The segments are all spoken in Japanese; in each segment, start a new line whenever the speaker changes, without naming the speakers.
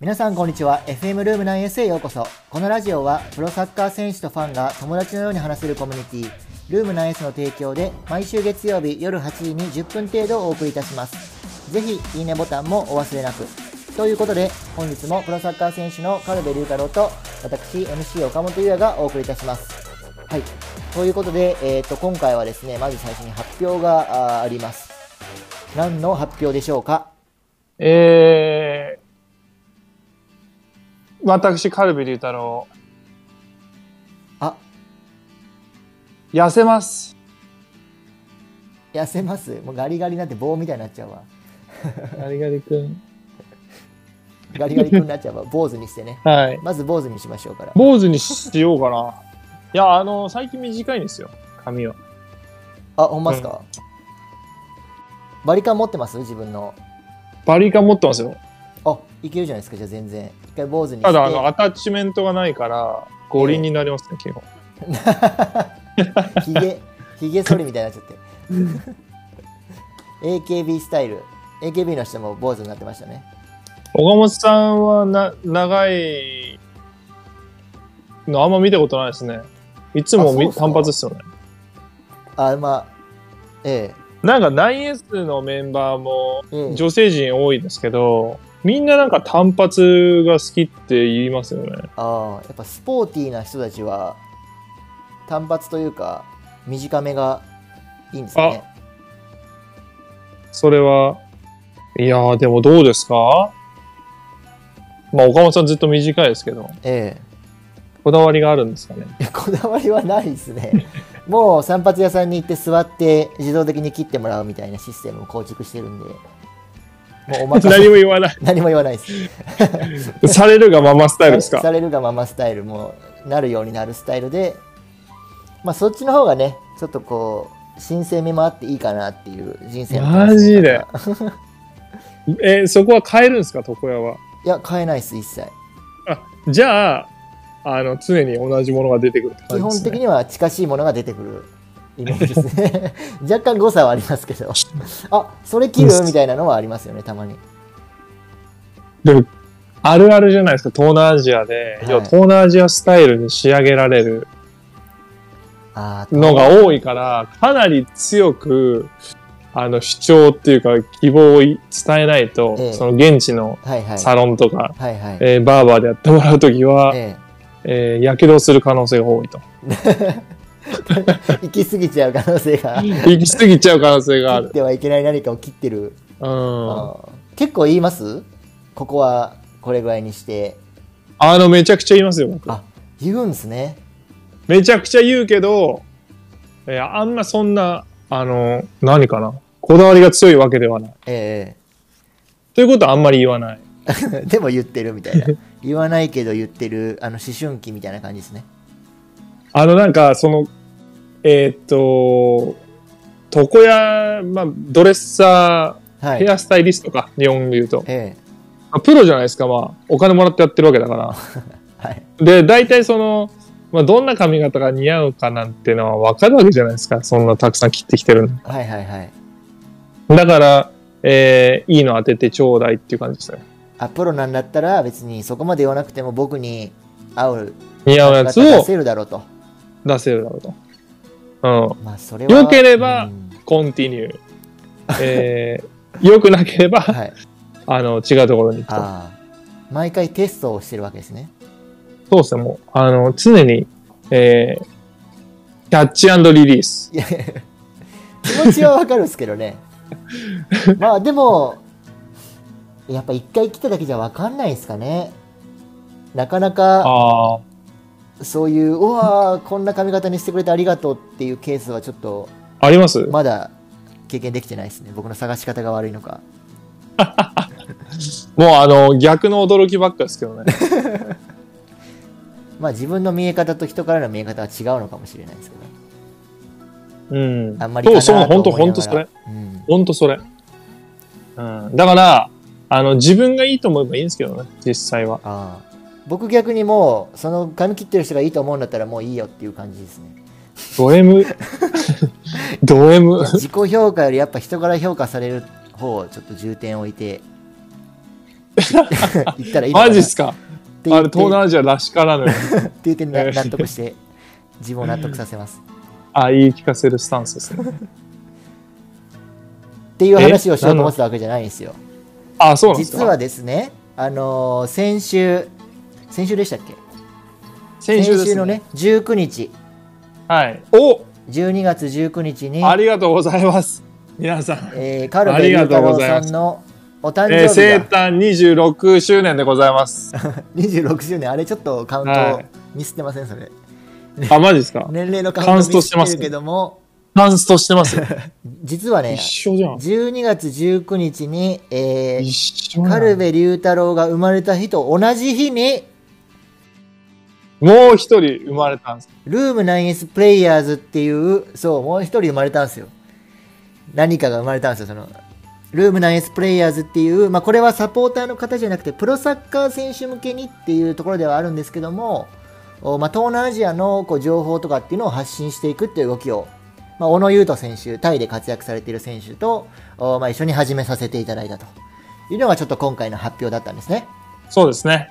皆さんこんにちは FM ルーム9へようこそこのラジオはプロサッカー選手とファンが友達のように話せるコミュニティルーム9 s の提供で毎週月曜日夜8時に10分程度お送りいたしますぜひいいねボタンもお忘れなくということで本日もプロサッカー選手の軽部龍太郎と私 MC 岡本優也がお送りいたしますはいということで、えー、と今回はですねまず最初に発表があーあります何の発表でしょうか
えー、私、カルビ龍太郎、
あ
痩せ ます。
痩せますもうガリガリになって棒みたいになっちゃうわ
ガリガリ君。
ガリガリ君になっちゃ うわ坊主にしてね
はい。
まず坊主にしましょうから
坊主にしようかな。いや、あの、最近短いんですよ、髪は。
あほんまっすか、バリカン持ってます自分の
バリカン持ってますよ。
あいけるじゃないですかじゃあ全然一回坊主にして
ただ、あの、アタッチメントがないから、五輪になりますね、基本。
ひ げひげ剃りみたいになっちゃ って AKB スタイル AKB の人も坊主になってましたね
岡本さんはな、長いのあんま見たことないですね。いつもみ
あそうっすか
単発ですよね。
あまあえ
なんか 9S のメンバーも
えうん
女性陣多いですけど、みんななんか単発が好きって言いますよね。
ああやっぱスポーティーな人たちは単発というか短めがいいんですね
それは、いやーでもどうですかまあ岡本さんずっと短いですけど、
ええ
こだわりがあるんですかね。
いやこだわりはないですねもう散髪屋さんに行って座って自動的に切ってもらうみたいなシステムを構築してるんでもうお任
何
せ
も言わない。
何も言わないです
されるがままスタイルです
さ
か。
れるがままスタイルもうなるようになるスタイルでまあそっちの方がねちょっとこう新鮮味もあっていいかなっていう人生の
マジで
楽しみ方
えーそこは変えるんですか、床屋は。
いや変えないです一切
じゃあ、あの、常に同じものが出てくるって
基
感
本
じです、ね。
的には近しいものが出てくるイメージです ね若干誤差はありますけどあそれ切るみたいなのはありますよねたまに
でも、あるあるじゃないですか、東南アジアで、
はい
要は東南アジアスタイルに仕上げられる
あー
のが多いから、かなり強く、あの、主張っていうか、希望を伝えないと、
ええ
その現地の
はいはい
サロンとか、
はいはい
えーバーバーでやってもらうときは、
え
えー、やけどする可能性が多いと。
え行き過ぎちゃう可能性 が切
行き過ぎちゃう可能性があ
っ
る。
てはいけない何かを切ってるあ
うん。
ー結構言いますここはこれぐらいにして
あの、めちゃくちゃ言いますよ、僕。
あ言うんですね
めちゃくちゃ言うけど、えーあんまそんな、あの、何かな。こだわりが強いわけではない。
え
ということはあんまり言わない。
え でも言ってるみた いな言わないけど言ってるあの思春期みたいな感じですね
あの、なんか、その、えーっと、床屋、まあ、ドレッサ
は
ー、
い
ヘアスタイリストか、日本で言うと。
え
まあプロじゃないですか、まあ、お金もらってやってるわけ だから。
えはい
で、大体その、まあ、どんな髪型が似合うかなんてのは分かるわけじゃないですか。そんなたくさん切ってきてるんで
はいはいはい
だから、えーいいの当ててちょうだいっていう感じですね。
あプロなんだったら別にそこまで言わなくても僕に合う
似合うやつ
出
を
せるだろうと
出せるだろうと。
まあそれは
良けれ
う
ば
ん
うん。コンティニュー。えー、良くなければ、
はい
あの、違うところに行くと。
ああ毎回テストをしてるわけですね
そうですね、もう、あの、常に、えー、キャッチリリース。
いや気持ちはわかるんですけど ねまあでもやっぱ一回来ただけじゃわかんないですかねなかなか
ああ、
そういううわーこんな髪型にしてくれてありがとうっていうケースはちょっと
あります
まだ経験できてないですね僕の探し方が悪いのか
もう、あの、逆の驚きばっかですけど ね。
まあ自分の見え方と人からの見え方は違うのかもしれないですけどね
うん。
あんまりか
そ
な
う、
と
そう、
思いながら
本当本当それ。
うん、
本当それ。うん。だから、あの、自分がいいと思えばいいんですけどね、実際は。
ああ僕逆にもうその髪切ってる人がいいと思うんだったらもういいよっていう感じですね
ド M。ド M。
自己評価よりやっぱ人から評価される方をちょっと重点を置いて言ったらいいのかな
マジっすか
って言
あ
っ
れ
て
東南アジアらしか らぬ。
っていう点でな
えー
納得して自分を納得させます
あ、言い聞かせるスタンスですね。
っていう話をしようと思ってたわけじゃないんですよ
あ、そうなんですか
実はですねあのー先週先週でしたっけ
先週です、
のね。19日
はい。お
12月19日に、
ありがとうございます。皆さん。
えー、カル
あ
ベ
り
龍
がと
太
うご
郎
ざい
さ
ま
ん
す
のお誕
え
生
ー、生
日が
誕26周年でござ います。
26周年あれちょっとカウ
は
ン
い
トミスってませんそれ
あ、マジですか
年齢のカウント
カウン
ミ
ト
ス
し
って
ます
てるけども
ダンスとしてます。
実はね
一緒じゃん。
12月19日に、えー
一緒
カル
やん。
ベ龍太郎が生まれた日と同じ日に
もう一人生まれたんです。
ルーム 9S プレイヤーズっていう、そう、もう一人生まれたんですよ。何かが生まれたんですよ、その。ルーム 9S プレイヤーズっていう、まあ、これはサポーターの方じゃなくて、プロサッカー選手向けにっていうところではあるんですけども、おまあ、東南アジアのこう情報とかっていうのを発信していくっていう動きを、まあ、小野優斗選手、タイで活躍されている選手と、おまあ、一緒に始めさせていただいたというのがちょっと今回の発表だったんですね。
そうですね。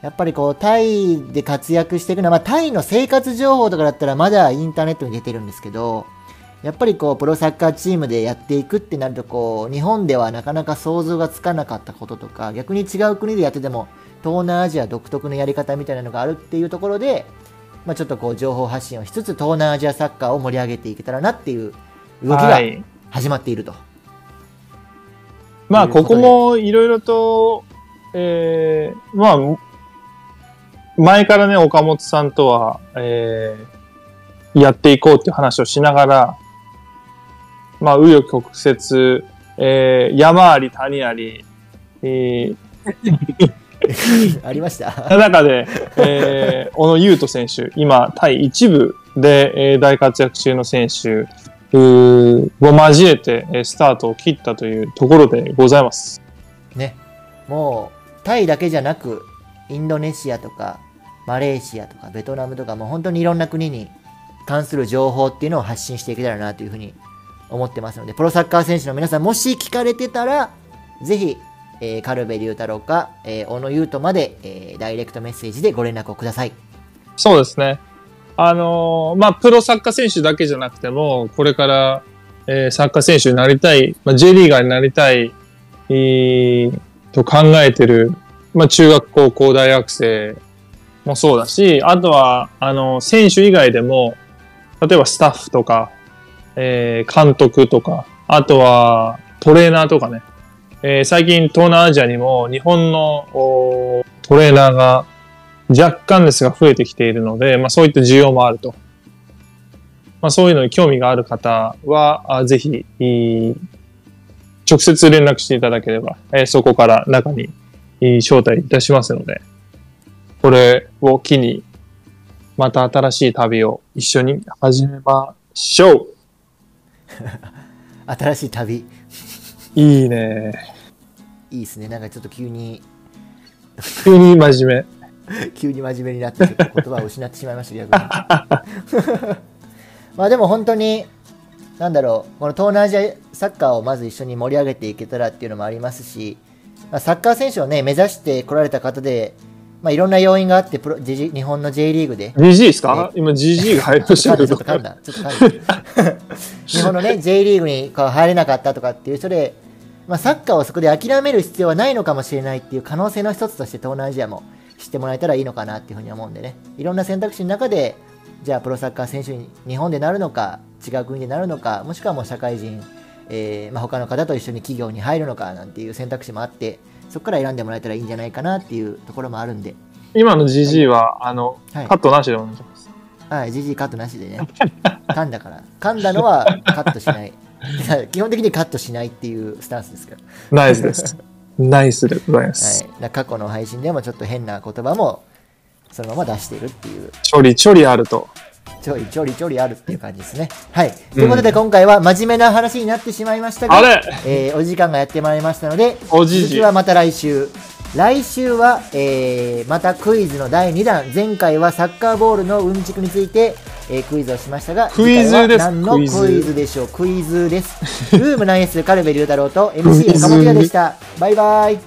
やっぱりこうタイで活躍していくのは、まあ、タイの生活情報とかだったらまだインターネットに出てるんですけどやっぱりこうプロサッカーチームでやっていくってなるとこう日本ではなかなか想像がつかなかったこととか逆に違う国でやってても東南アジア独特のやり方みたいなのがあるっていうところで、まあ、ちょっとこう情報発信をしつつ東南アジアサッカーを盛り上げていけたらなっていう動きが
はい。
始まっていると、
ま
と
あ、
いう
こ
ことで
こもいろいろと、えー、まあ、前からね、岡本さんとは、えー、やっていこうっていう話をしながら、まあ、紆余曲折、えー、山あり谷あり、えー、
ありました
その 中で、えー、小野優斗選手、今、タイ一部で、えー大活躍中の選手うーを交えて、えースタートを切ったというところでございます。
ね、もうタイだけじゃなくインドネシアとかマレーシアとかベトナムとかもう本当にいろんな国に関する情報っていうのを発信していけたらなというふうに思ってますのでプロサッカー選手の皆さんもし聞かれてたらぜひ、えー、カルベ龍太郎か、えー小野優斗まで、えーダイレクトメッセージでご連絡をください
そうですね。あのーまあ、プロサッカー選手だけじゃなくても、これから、えーサッカー選手になりたい、まあ、J リーガーになりたい、えーと考えてる、まあ、中学、高校、大学生もそうだし、あとは、あの、選手以外でも、例えばスタッフとか、えー監督とか、あとはトレーナーとかね、えー最近東南アジアにも日本のおートレーナーが若干ですが増えてきているので、まあ、そういった需要もあると。まあ、そういうのに興味がある方は、あぜひ、えー直接連絡していただければ、えーそこから中に、えー招待いたしますので、これを機に、また新しい旅を一緒に始めましょう
新しい旅
いいね。
いいですねなんかちょっと急に
急に真面
急に真面目になってちょっと言葉を失ってしまいました逆にまあでも本当になんだろうこの東南アジアサッカーをまず一緒に盛り上げていけたらっていうのもありますし、まあサッカー選手をね目指してこられた方で、まあ、いろんな要因があってプロジジ日本の J リーグで
目。ジジイですか今ジジイが入りまし
噛
た
んだ
け
ちょっと。
ど
噛んだちょっと噛んだ日本の ね J リーグにこう入れなかったとかっていう人で、まあ、サッカーをそこで諦める必要はないのかもしれないっていう可能性の一つとして東南アジアも知ってもらえたらいいのかなっていうふうに思うんでねいろんな選択肢の中でじゃあプロサッカー選手に日本でなるのか違う国でなるのかもしくはもう社会人、えーまあ、他の方と一緒に企業に入るのかなんていう選択肢もあってそこから選んでもらえたらいいんじゃないかなっていうところもあるんで、
今のジジイは、あの、
はい
カットなしでお願いします。
はい、ジジイカットなしでね。噛んだから。噛んだのはカットしない。 基本的にカットしないっていうスタンスですから。は
ナイスです。ナイスでございます。
い、だから過去の配信でもちょっと変な言葉もそのまま出してるっていう、
ちょりちょりあると。
ちょいちょりちょりあるっていう感じですね。はい。ということで今回は真面目な話になってしまいましたが、
あれ
えーお時間がやってまいりましたので、
おじ
続
じ
き。はまた来週来週は、えーまたクイズの第2弾前回はサッカーボールのうんちくについて、えークイズをしましたが
クイズ
次回
です
は何の
ク
ク
イズ
イズでしょうクイズですルーム9スカルベ龍太郎と MC 岡本也でしたバイバイ